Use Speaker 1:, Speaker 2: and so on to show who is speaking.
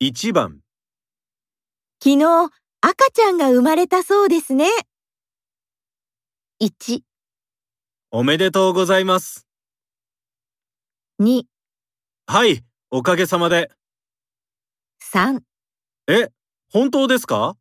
Speaker 1: 1番、
Speaker 2: 昨日、赤ちゃんが生まれたそうですね。1、
Speaker 1: おめでとうございます。
Speaker 2: 2、
Speaker 1: はい、おかげさまで。
Speaker 2: 3
Speaker 1: え、本当ですか